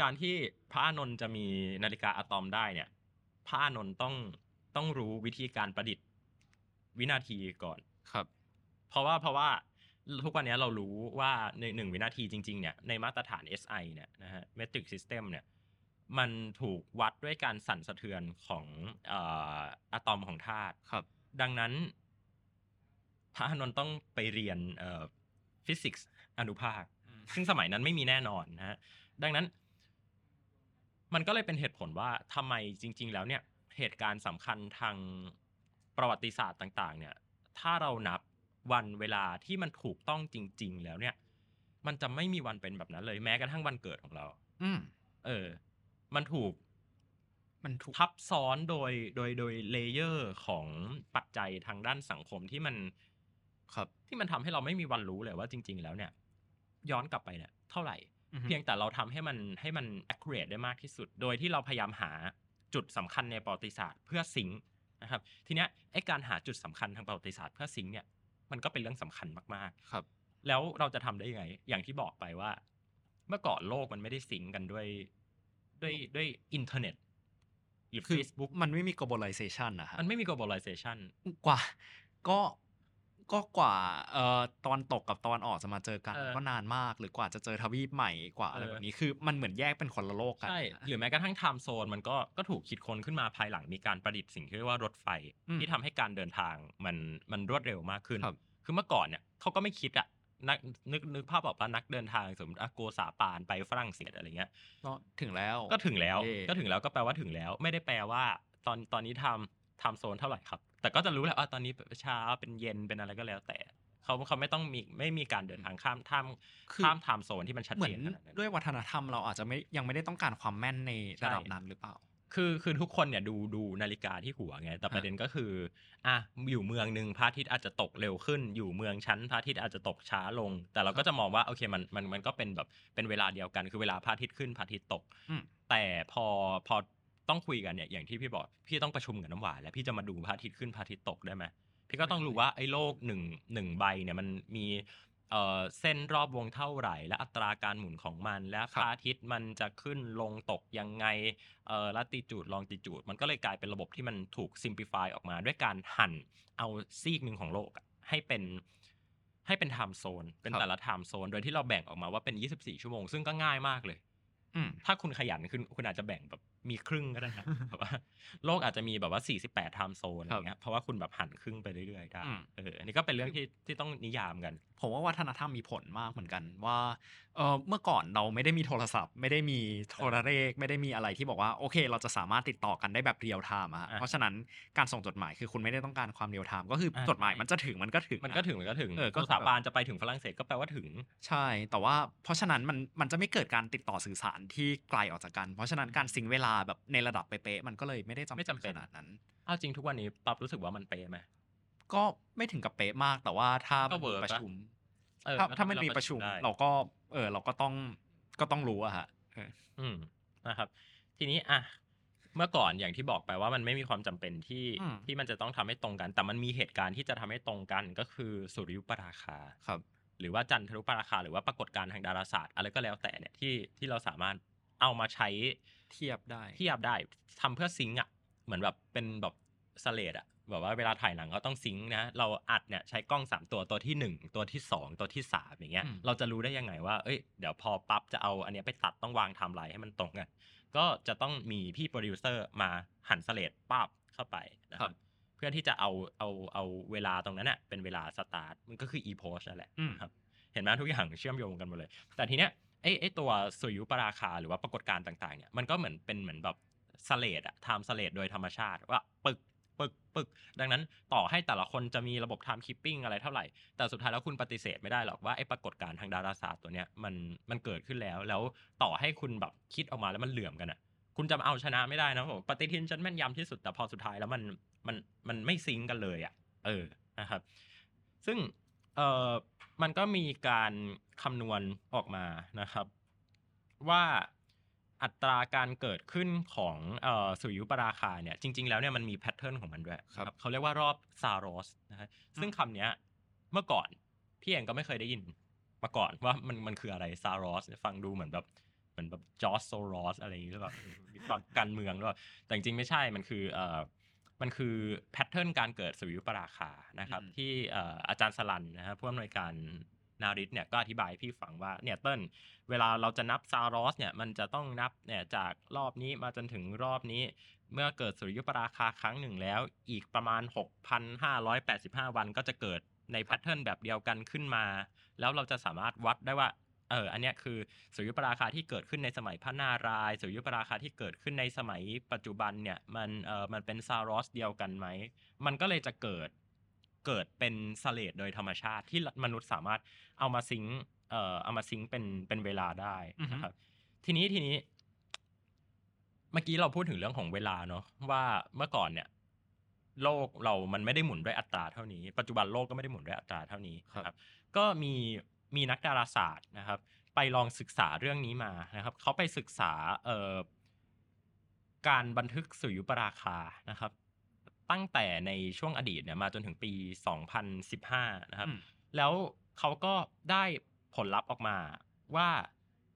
การที่พระอานนท์จะมีนาฬิกาอะตอมได้เนี่ย พระอานนท์ต้องต้องรู้วิธีการประดิษฐ์วินาทีก่อน
ครับ
เพราะว่าเพราะว่าทุกวันนี้เรารู้ว่าในหนึ่งวินาทีจริง ๆ เนี่ยในมาตรฐาน SI เนี่ยนะฮะ metric system เนี่ยมันถูกวัดด้วยการสั่นสะเทือนของเอ่ออะตอมของธาตุ
ครับ
ดังนั้นพระอานนท์ต้องไปเรียนฟิสิกส์อนุภาค
อืม
ซึ่งสมัยนั้นไม่มีแน่นอนนะฮะ ดังนั้น มันก็เลยเป็นเหตุผลว่าทำไมจริง ๆ แล้วเนี่ย เหตุการณ์สำคัญทางประวัติศาสตร์ต่าง ๆ เนี่ย ถ้าเรานับวันเวลาที่มันถูกต้องจริง ๆ แล้วเนี่ย มันจะไม่มีวันเป็นแบบนั้นเลยแม้กระทั่งวันเกิดของเรา
อืม
เออ มันถูก
มันถูก
ทับซ้อนโดยโดยโดยเลเยอร์ของปัจจัยทางด้านสังคมที่มัน
ครับ
ที่มันทำให้เราไม่มีวันรู้เลยว่าจริง ๆ แล้วเนี่ย ย้อนกลับไปเนี่ยเท่าไหร่ เพียงแต่เราทำให้มันให้มัน accurate ได้มากที่สุด โดยที่เราพยายามหาจุดสำคัญในประวัติศาสตร์เพื่อซิงค์นะครับ ทีเนี้ยไอการหาจุดสำคัญทางประวัติศาสตร์เพื่อซิงค์เนี่ยมันก็เป็นเรื่องสำคัญมาก
ครับ
ๆ แล้วเราจะทำได้ยังไง อย่างที่บอกไปว่า เมื่อก่อนโลกมันไม่ได้ซิงค์กันด้วยด้วยด้วยอินเทอร์เน็ตหรือ
คือ
Facebook
มันไม่มี globalization นะฮะ
มันไม่มี globalization
กว่าก็ก็กว่าเอ่อตอนตกกับตอนออกจะมาเจอกัน
เออ
ก็นานมากหรือกว่าจะเจอทวีปใหม่กว่าอะไร
เออ
แบบนี้คือมันเหมือนแยกเป็นคนละโลกกัน
ใช่ หรือแม้กระทั่งไทม์โซนมันก็ก็ถูกคิดค้นขึ้นมาภายหลังมีการประดิษฐ์สิ่งที่เรียกว่ารถไฟ ที่ทำให้การเดินทางมันมันรวดเร็วมากขึ้น
ครับ
คือเมื่อก่อนเนี่ยเขาก็ไม่คิดอะนักนึกนึกภาพออกปะนักเดินทางสมมติอะโกซาปานไปฝรั่งเศสอะไรเงี้ย
ก็ถึงแล้ว
ก็ถึงแล้ว
เย่
ก็ถึงแล้วก็แปลว่าถึงแล้ว ไม่ได้แปลว่า ตอนตอนนี้ทำทำโซนเท่าไหร่ครับ แต่ก็จะรู้แหละว่าตอนนี้เช้าเป็นเย็นเป็นอะไรก็แล้วแต่เขาเขาไม่ต้องมีไม่มีการเดินทางข้ามข้าม
คือ
ข้ามไทม์โซนที่มันชัด
เหมื
เจ
อน น
ขนาดนั้น
ด้วยวัฒนธรรมเราอาจจะไม่ยังไม่ได้ต้องการความแม่นใน
ใช่
ระดับนั้นหรือเปล่า
คือคือทุกคนเนี่ยดูดูนาฬิกาที่หัวไงแต่ประเด็นก็คืออ่ะอยู่เมืองหนึ่งพระอาทิตย์อาจจะตกเร็วขึ้น อยู่เมืองชั้นพระอาทิตย์อาจจะตกช้าลง แต่เราก็จะมองว่าโอเคมันมันมันก็เป็นแบบเป็นเวลาเดียวกันคือเวลาพระอาทิตย์ขึ้นพระอาทิตย์ตก
อืม
แต่พอพอต้องคุยกันเนี่ยอย่างที่พี่บอกพี่ต้องประชุมกับน้ำหวานแล้วพี่จะมาดูพระอาทิตย์ขึ้นพระอาทิตย์ตกได้ไหมพี่ก็ต้องรู้ว่าไอ้โลกหนึ่งหนึ่งใบเนี่ยมันมีเอ่อเส้นรอบวงเท่าไหร่ และอัตราการหมุนของมันและพระอาทิตย์มันจะขึ้นลงตกยังไง เอ่อลัติจูดลองติจูด มันก็เลยกลายเป็นระบบที่มันถูกซิมพลิฟายออกมา ด้วยการหั่นเอาซีกหนึ่งของโลกอะให้เป็นให้เป็นไทม์โซน เป็น
ครับ
แต่ละไทม์โซน โดยที่เราแบ่งออกมาว่าเป็น 24 ชั่วโมง ซึ่งก็ง่ายมากเลย
อืม
ถ้าคุณขยันคุณคุณอาจจะแบ่งแบบมีครึ่งก็ได้ นะ แบบว่าโลกอาจจะมีแบบว่า 48ไทม์โซนอะไรเงี้ยเพราะว่าคุณแบบหั่นครึ่งไปเรื่อยๆได้
อืม
เอออันนี้ก็เป็นเรื่องที่ที่ต้องนิยามกัน
ผมว่าวัฒนธรรมมีผลมากเหมือนกันว่าเออเมื่อก่อนเราไม่ได้มีโทรศัพท์ ไม่ได้มีโทรเลขไม่ได้มีอะไรที่บอกว่าโอเค เราจะสามารถติดต่อกันได้แบบเรียลไทม์อะฮะ
อ่ะ
เพราะฉะนั้นการส่งจดหมายคือคุณไม่ได้ต้องการความเรียลไทม์ก็คืออะ จดหมายมันจะถึงมันก็ถึง
มันก็
อะ
ถึงมันก็ถึง
เออก็
ก็สาบานจะไปถึงฝรั่งเศสก็แปลว่าถึง
ใช่ แต่ว่าเพราะฉะนั้นมันมันจะไม่เกิดการติดต่อสื่อสารที่ไกลออกจากกัน เพราะฉะนั้นการสิงเวลาแบบในระดับเป๊ะๆมันก็เลยไม่ได้จำ
ไม่จำเป็น
ขนาดนั้น
เอาจริงทุกวันนี้ปั๊บรู้สึกว่ามันเป๊ะไหม
ก็ไม่ถึงกับเป๊ะมากแต่ว่าถ้า
ก็เวิร์ก
ประ
ปะ
ชุม
เออ
ถ้า
แล้ว
ถ้ามัน
เวล
มีประชุม
ได้
เราก็เออเราก็ต้องก็ต้องรู้อะฮะเออ
อืมนะครับ ทีนี้อ่ะเมื่อก่อนอย่างที่บอกไปว่ามันไม่มีความจำเป็นที่
อืม
ที่มันจะต้องทำให้ตรงกัน แต่มันมีเหตุการณ์ที่จะทำให้ตรงกันก็คือสุริยุปราคา
ครับ
หรือว่าจันทรุปราคา หรือว่าปรากฏการณ์ทางดาราศาสตร์อะไรก็แล้วแต่เนี่ยที่ที่เราสามารถเอามาใช้
เทียบได้
เทียบได้ทำเพื่อซิงค์อ่ะเหมือนแบบเป็นแบบสเลดอ่ะแบบว่าเวลาถ่ายหนังเขาต้องซิงค์นะเราอัดเนี่ยใช้กล้องสามตัวตัวที่หนึ่งตัวที่สองตัวที่สามอย่างเงี้ย
อืม
เราจะรู้ได้ยังไงว่า เอ้ย เดี๋ยวพอปั๊บจะเอาอันเนี้ยไปตัดต้องวางไทม์ไลน์ให้มันตรงกัน ก็จะต้องมีพี่โปรดิวเซอร์มาหั่นสเลดปั๊บเข้าไปนะค
ครั
รับ
บ
เพื่อที่จะเอาเอาเอาเวลาตรงนั้นเน่ะเป็นเวลาสตาร์ทมันก็คือ e post นั่นแหละ
อืม
ครับ เห็นไหมทุกอย่างเชื่อมโยงกันหมดเลย แต่ทีเนี้ยไอ้ไอ้ตัวสุริยุปราคาหรือว่าปรากฏการณ์ต่างๆเนี่ยมันก็เหมือนเป็นเหมือนแบบสเลดอะไทม์สเลดโดยธรรมชาติว่าปึกปึกปึก ดังนั้นต่อให้แต่ละคนจะมีระบบไทม์คีปปิ้งอะไรเท่าไหร่ แต่สุดท้ายแล้วคุณปฏิเสธไม่ได้หรอกว่าไอ้ปรากฏการณ์ทางดาราศาสตร์ตัวเนี้ยมันมันเกิดขึ้นแล้วแล้วต่อให้คุณแบบคิดออกมาแล้วมันเหลื่อมกันอะคุณจะมาเอาชนะไม่ได้นะผมปฏิทินฉันแม่นยำที่สุดแต่พอสุดท้ายแล้วมันมันมันไม่ซิงก์กันเลยอะเออนะครับ ซึ่ง เอ่อมันก็มีการคำนวณออกมานะครับ ว่าอัตราการเกิดขึ้นของเอ่อสุริยุปราคาเนี่ยจริง ๆ แล้วเนี่ยมันมีแพทเทิร์นของมันด้วย
ครับ
เขาเรียกว่ารอบซารอสนะฮะซึ่งคำเนี้ยเมื่อก่อน พี่เองก็ไม่เคยได้ยินมาก่อนว่ามันมันคืออะไรซารอสฟังดูเหมือนแบบเหมือนแบบจอร์จโซรอสอะไรอย่างนี้หรือเปล่ามีความการเมืองหรือเปล่าแต่จริงๆไม่ใช่มันคือเอ่อ มันคือแพทเทิร์นการเกิดสุริยุปราคานะครับ
อืม
ที่เอ่ออาจารย์สลันนะฮะผู้อำนวยการนาริสเนี่ยก็อธิบายให้พี่ฟังว่าเนี่ยเติ้ลเวลาเราจะนับซารอสเนี่ยมันจะต้องนับเนี่ยจากรอบนี้มาจนถึงรอบนี้ เมื่อเกิดสุริยุปราคาครั้งหนึ่งแล้ว อีกประมาณ 6,585 วันก็จะเกิดในแพทเทิร์นแบบเดียวกันขึ้นมา แล้วเราจะสามารถวัดได้ว่า เออ อันเนี้ยคือสุริยุปราคาที่เกิดขึ้นในสมัยพระนารายณ์สุริยุปราคาที่เกิดขึ้นในสมัยปัจจุบันเนี่ย มันเออมันเป็นซารอสเดียวกันไหม มันก็เลยจะเกิดเกิดเป็นสเลดโดยธรรมชาติที่มนุษย์สามารถเอามาซิงค์เอ่อเอามาซิงค์เป็นเป็นเวลาได้นะครับ ทีนี้ทีนี้ เมื่อกี้เราพูดถึงเรื่องของเวลาเนาะว่าเมื่อก่อนเนี่ย โลกเรามันไม่ได้หมุนด้วยอัตราเท่านี้ ปัจจุบันโลกก็ไม่ได้หมุนด้วยอัตราเท่านี้นะครับ ก็มีมีนักดาราศาสตร์นะครับ ไปลองศึกษาเรื่องนี้มานะครับ เขาไปศึกษาเอ่อการบันทึกสุริยุปราคานะครับ ตั้งแต่ในช่วงอดีตเนี่ยมาจนถึงปี 2015 นะครับ
อืม
แล้วเขาก็ได้ผลลัพธ์ออกมาว่า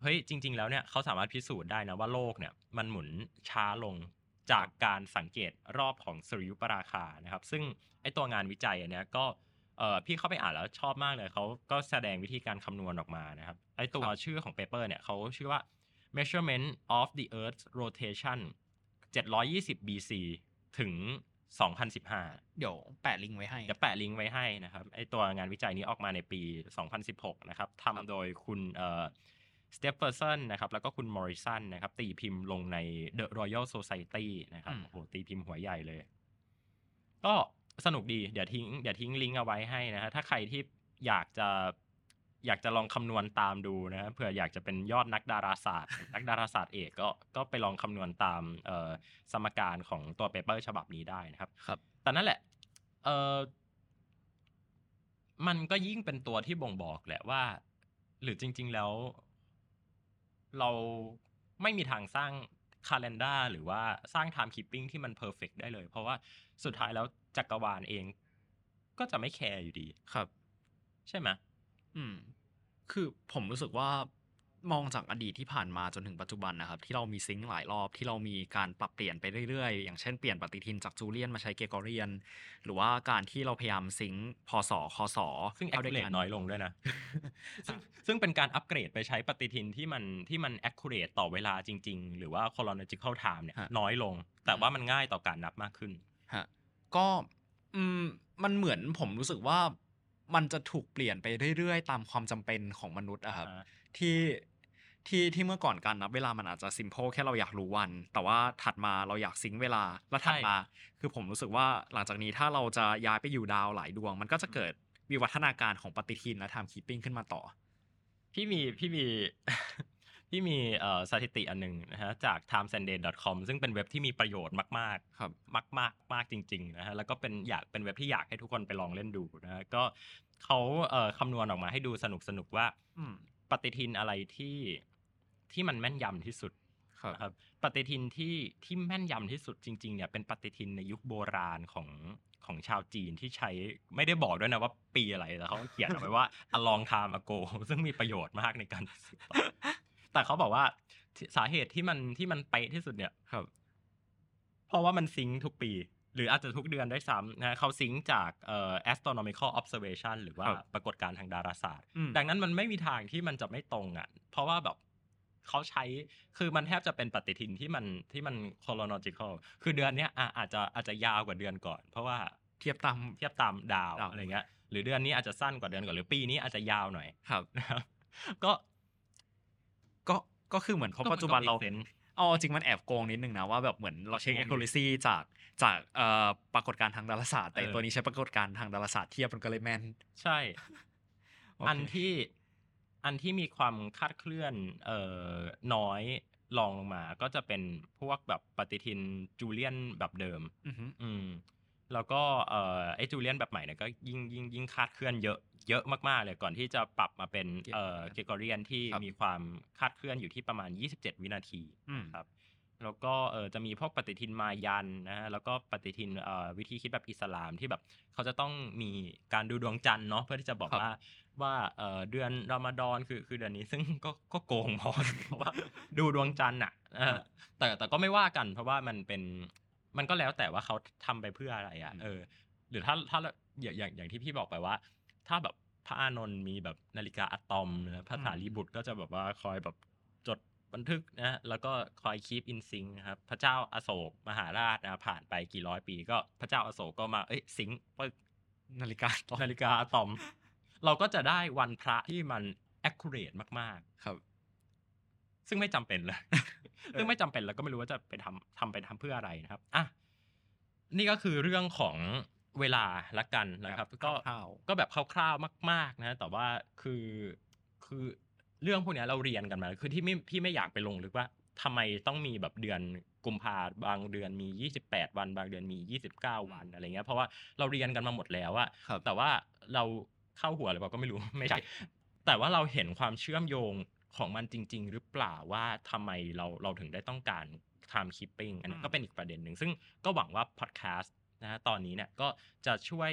เฮ้ยจริง ๆ แล้วเนี่ยเขาสามารถพิสูจน์ได้นะว่าโลกเนี่ยมันหมุนช้าลงจากการสังเกตรอบของสุริยุปราคานะครับ ซึ่งไอตัวงานวิจัยอันเนี้ยก็เอ่อพี่เข้าไปอ่านแล้วชอบมากเลยเขาก็แสดงวิธีการคำนวณออกมานะครับไอตัวชื่อของเปเปอร์เนี่ยเขาชื่อว่า measurement of the Earth's rotation 720 BC ถึง 2015
เดี๋ยวแปะลิงก์ไว้ให้
เดี๋ยวแปะลิงก์ไว้ให้นะครับไอตัวงานวิจัยนี้ออกมาในปี 2016 นะครับ
ครับ
ทำโดยคุณเอ่อสเตฟเฟอร์สันนะครับ แล้วก็คุณมอริสันนะครับ ตีพิมพ์ลงใน The Royal Society นะครับโอ้โหตีพิมพ์หัวใหญ่เลย ก็สนุกดี เดี๋ยวทิ้งเดี๋ยวทิ้งลิงก์เอาไว้ให้นะฮะถ้าใครที่อยากจะอยากจะลองคำนวณตามดูนะฮะเผื่ออยากจะเป็นยอดนักดาราศาสตร์ นักดาราศาสตร์เอกก็ก็ไปลองคำนวณตามเอ่อสมการของตัวเปเปอร์ฉบับนี้ได้นะครับ
ครับ
แต่นั่นแหละ เออมันก็ยิ่งเป็นตัวที่บ่งบอกแหละว่า หรือจริง ๆ แล้ว เราไม่มีทางสร้างคาล endar หรือว่าสร้าง time keeping ที่มันเพอร์เฟกได้เลย เพราะว่าสุดท้ายแล้วจักรวาลเองก็จะไม่แคร์อยู่ดี
ครับ
ใช่ไหม
อืม คือผมรู้สึกว่ามองจากอดีตที่ผ่านมาจนถึงปัจจุบันนะครับ ที่เรามีซิงค์หลายรอบที่เรามีการปรับเปลี่ยนไปเรื่อยๆ อย่างเช่นเปลี่ยนปฏิทินจากจูเลียนมาใช้เกรกอเรียน หรือว่าการที่เราพยายามซิงค์พศคศ
ซึ่ง
ข้าด้วย
accurate น้อยลง ด้วยนะ ซึ่งซึ่งเป็นการอัปเกรดไปใช้ปฏิทินที่มันที่มัน accurate ต่อเวลาจริง ๆ หรือว่า chronological time เนี่ย
ฮะ
น้อยลง แต่ว่ามันง่ายต่อการนับมากขึ้น
ฮะก็อืมมันเหมือนผมรู้สึกว่ามันจะถูกเปลี่ยนไปเรื่อยๆ ตามความจำเป็นของมนุษย์อะครับ ที่ที่ที่เมื่อก่อนการนับเวลามันอาจจะ s ิม p l e แค่เราอยากรู้วัน แต่ว่าถัดมาเราอยากซิงค์เวลา และถัดมา คือผมรู้สึกว่าหลังจากนี้ถ้าเราจะย้ายไปอยู่ดาวหลายดวง มันก็จะเกิดวิวัฒนาการของปฏิทินและ time keeping ขึ้นมาต่อ
พี่มีพี่มี พี่มีเอ่อสถิติอันหนึ่งนะฮะจาก timesanday.com ซึ่งเป็นเว็บที่มีประโยชน์มาก ๆ
ครับ
มากมากมากจริงๆนะฮะแล้วก็เป็นอยากเป็นเว็บที่อยากให้ทุกคนไปลองเล่นดูนะฮะก็เขาเอ่อคำนวณออกมาให้ดูสนุกสนุกๆว่า
อืม
ปฏิทินอะไรที่ที่มันแม่นยำที่สุด
ครับ
นะครับปฏิทินที่ที่แม่นยำที่สุดจริงๆเนี่ยเป็นปฏิทินในยุคโบราณของของชาวจีนที่ใช้ไม่ได้บอกด้วยนะว่าปีอะไรแต่เขาเขียนเอาไว้ว่า a long time ago ซึ่งมีประโยชน์มากในการ แต่เขาบอกว่าที่สาเหตุที่มันที่มันเป๊ะที่สุดเนี่ย
ครับ
เพราะว่ามันซิงค์ทุกปี หรืออาจจะทุกเดือนได้วยซ้ำนะเขาซิงค์จากเอ่อ astronomical observation หรือว่า
ครับ
ปรากฏการณ์ทางดาราศาสตร์
อืม
ดังนั้นมันไม่มีทางที่มันจะไม่ตรงอ่ะ เพราะว่าแบบเขาใช้ คือมันแทบจะเป็นปฏิทินที่มันที่มัน chronological คือเดือนเนี้ยอ่ะอาจจะอาจจะยาวกว่าเดือนก่อน เพราะว่า
เทียบตาม
เทียบตามดาว
ดาว
อะไรเงี้ย หรือเดือนนี้อาจจะสั้นกว่าเดือนก่อน หรือปีนี้อาจจะยาวหน่อย
ครับ
นะครับ ก็
ก็ก็คือเหมือนเพราะปัจจุบันเรา
make sense
เอาจริงมันแอบโกงนิดนึงนะว่าแบบเหมือนเราเช็ค
โกงดิ
accuracy จากจากเอ่อปรากฏการณ์ทางดาราศาสตร์แต่
เออ
ตัวนี้ใช้ปรากฏการณ์ทางดาราศาสตร์เทียบมันก็เลยแม่น
ใช่
โอเค
อันที่อันที่มีความคาดเคลื่อนเอ่อน้อยลองลงมา ก็จะเป็นพวกแบบปฏิทินจูเลียนแบบเดิม
อือฮึ
อืม แล้วก็เอ่อไอจูเลียนแบบใหม่เนี่ยก็ยิ่งยิ่งยิ่งคาดเคลื่อนเยอะเยอะมากๆเลยก่อนที่จะปรับมาเป็นเอ่อเกกอเรียนที่
ครับ
มีความคาดเคลื่อนอยู่ที่ประมาณ 27 วินาที
อืม
ครับแล้วก็เออจะมีพวกปฏิทินมายันนะฮะแล้วก็ปฏิทินเอ่อวิธีคิดแบบอิสลามที่แบบเขาจะต้องมีการดูดวงจันทร์เนาะเพื่อที่จะบอก
ครับ
ว่าว่าเอ่อเดือนรอมฎอนคือคือเดือนนี้ซึ่งก็ก็โกงพอ เพราะว่าดูดวงจันทร์อ่ะเออแต่แต่ก็ไม่ว่ากัน เพราะว่ามันเป็นมันก็แล้วแต่ว่าเขาทำไปเพื่ออะไรอ่ะ
อืม
เออ หรือถ้าถ้าอย่างอย่างอย่างที่พี่บอกไปว่า ถ้าแบบพระอานนท์มีแบบนาฬิกาอะตอมนะพระสารีบุตรก็จะแบบว่าคอยแบบจดบันทึกนะแล้วก็คอยคีปอินซิงนะครับพระเจ้าอโศกมหาราชนะผ่านไปกี่ร้อยปี ก็พระเจ้าอโศกก็มาเอ้ยซิงค์ปึ๊ก
นาฬิกาต่อ
นาฬิกาอะตอม เราก็จะได้วันพระที่มัน accurate มาก
ครับ
ๆ ซึ่งไม่จำเป็นเลย ซึ่งไม่จำเป็นแล้วก็ไม่รู้ว่าจะไปทำทำไปทำเพื่ออะไรนะครับอ่ะนี่ก็คือเรื่องของเวลาละกันนะครับ ก็
คร่าว
ก็แบบคร่าวๆมาก ๆ นะ แต่ว่าคือคือเรื่องพวกเนี้ยเราเรียนกันมา คือที่ไม่พี่ไม่อยากไปลงลึกว่า ทำไมต้องมีแบบเดือนกุมภาบางเดือนมี 28 วัน บางเดือนมี 29 วันอะไรเงี้ยเพราะว่าเราเรียนกันมาหมดแล้วอะ
ครับ
แต่ว่าเราเข้าหัวหรือเปล่าก็ไม่รู้ ไม่ใช่ แต่ว่าเราเห็นความเชื่อมโยงของมันจริง ๆ หรือเปล่าว่าทำไมเราเราถึงได้ต้องการ time keeping อันนั้น
อืม
ก็เป็นอีกประเด็นหนึ่ง ซึ่งก็หวังว่า podcast นะฮะตอนนี้เนี่ยก็จะช่วย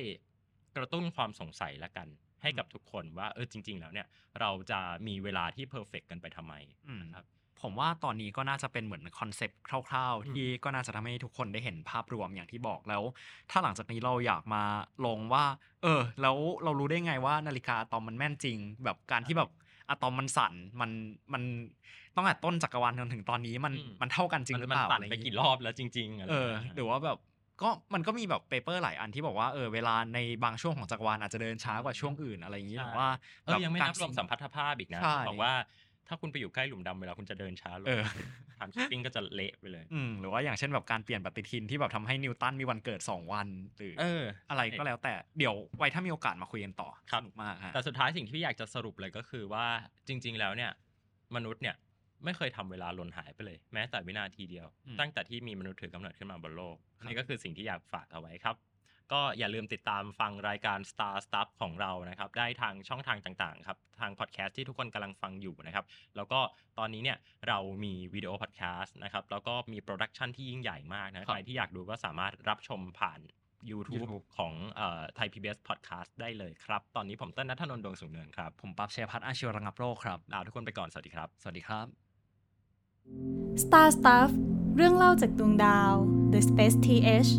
กระตุ้นความสงสัยละกัน ให้กับทุกคนว่าเออจริง ๆ แล้วเนี่ย เราจะมีเวลาที่ perfect กันไปทำไม
อืม
นะครับ
ผมว่าตอนนี้ก็น่าจะเป็นเหมือนคอนเซปต์คร่าว
อื
ๆ
ม
ที่ก็น่าจะทำให้ทุกคนได้เห็นภาพรวมอย่างที่บอกแล้ว ถ้าหลังจากนี้เราอยากมาลงว่า เออ แล้วเรารู้ได้ไงว่านาฬิกาอะตอมมันแม่นจริง แบบการที่แบบอะตอมมันสั่นมันมันต้องแต่ต้นจักรวาลจนถึงตอนนี้มันมันเท่ากันจริงหรือ
มั
เปล่า
สั่น
อะ
ไป
ย่างงี้
กี่รอบแล้วจริงๆอะไร
เออ
เงี้ย
หรือว่าแบบก็มันก็มีแบบเปเปอร์หลายอันที่บอกว่าเออเวลาในบางช่วงของจักรวาลอาจจะเดินช้ากว่าช่วงอื่นอะไรอย่างนี้
ใช่
หรือว่า
เออยังไม่
แกา
นับรวมสัมพัทธภาพอีกนะ
ใช่
บอกว่าถ้าคุณไปอยู่ใกล้หลุมดำเวลาคุณจะเดินช้าลง
เออ
ทำชิปปิ้งก็จะเละไปเลย
อืมหรือว่าอย่างเช่นแบบการเปลี่ยนปฏิทินที่แบบทำให้นิวตันมีวันเกิด 2 วันหรือ
เออ
อะไรก็แล้วแต่เดี๋ยวไว้ถ้ามีโอกาสมาคุยกันต่อ
ครับ
สนุกมากฮะ
แต่สุดท้ายสิ่งที่พี่อยากจะสรุปเลยก็คือว่าจริง ๆ แล้วเนี่ย มนุษย์เนี่ยไม่เคยทำเวลาหล่นหายไปเลย แม้แต่วินาทีเดียว
อืม
ตั้งแต่ที่มีมนุษย์ถือกำเนิดขึ้นมาบนโลก
ครับ
นี่ก็คือสิ่งที่อยากฝากเอาไว้ครับ ก็อย่าลืมติดตามฟังรายการ Star Stuff ของเรานะครับ ได้ทางช่องทางต่างๆครับ ทางพอดแคสต์ที่ทุกคนกำลังฟังอยู่นะครับ แล้วก็ตอนนี้เนี่ยเรามีวิดีโอพอดแคสต์นะครับ แล้วก็มีโปรดักชันที่ยิ่งใหญ่มากนะใครที่อยากดูก็สามารถรับชมผ่าน YouTube,
YouTube
ของไทยพีบีเอสพอดแคสต์ได้เลยครับ ตอนนี้ผมเต้นนัทนนท์ดวงสูงเนินครับ
ผมปั๊บเชยพัฒน์อาชีวระงับโรคครับ
ลาทุกคนไปก่อน สวัสดีครับ
สวัสดีครับ
Star Stuff เรื่องเล่าจากดวงดาว The Space TH